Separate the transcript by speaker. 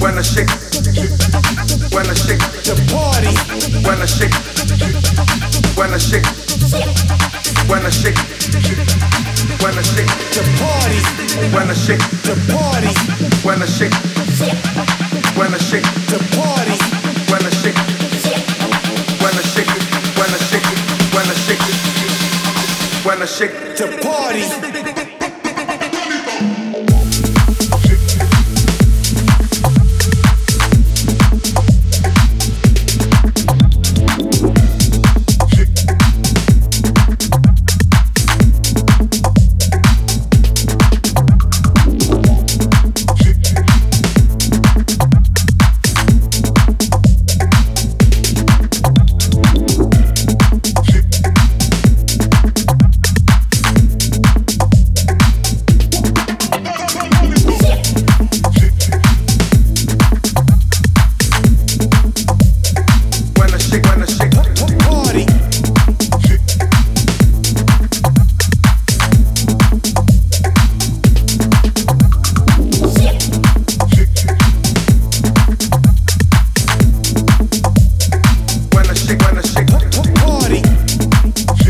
Speaker 1: when I shake, when I shake the party, when I shake, when I shake, when I shake, when I shake the party, when I shake the party, when I shake, when I shake the party, when I shake, when I shake, when I shake, when I shake, when I shake the party.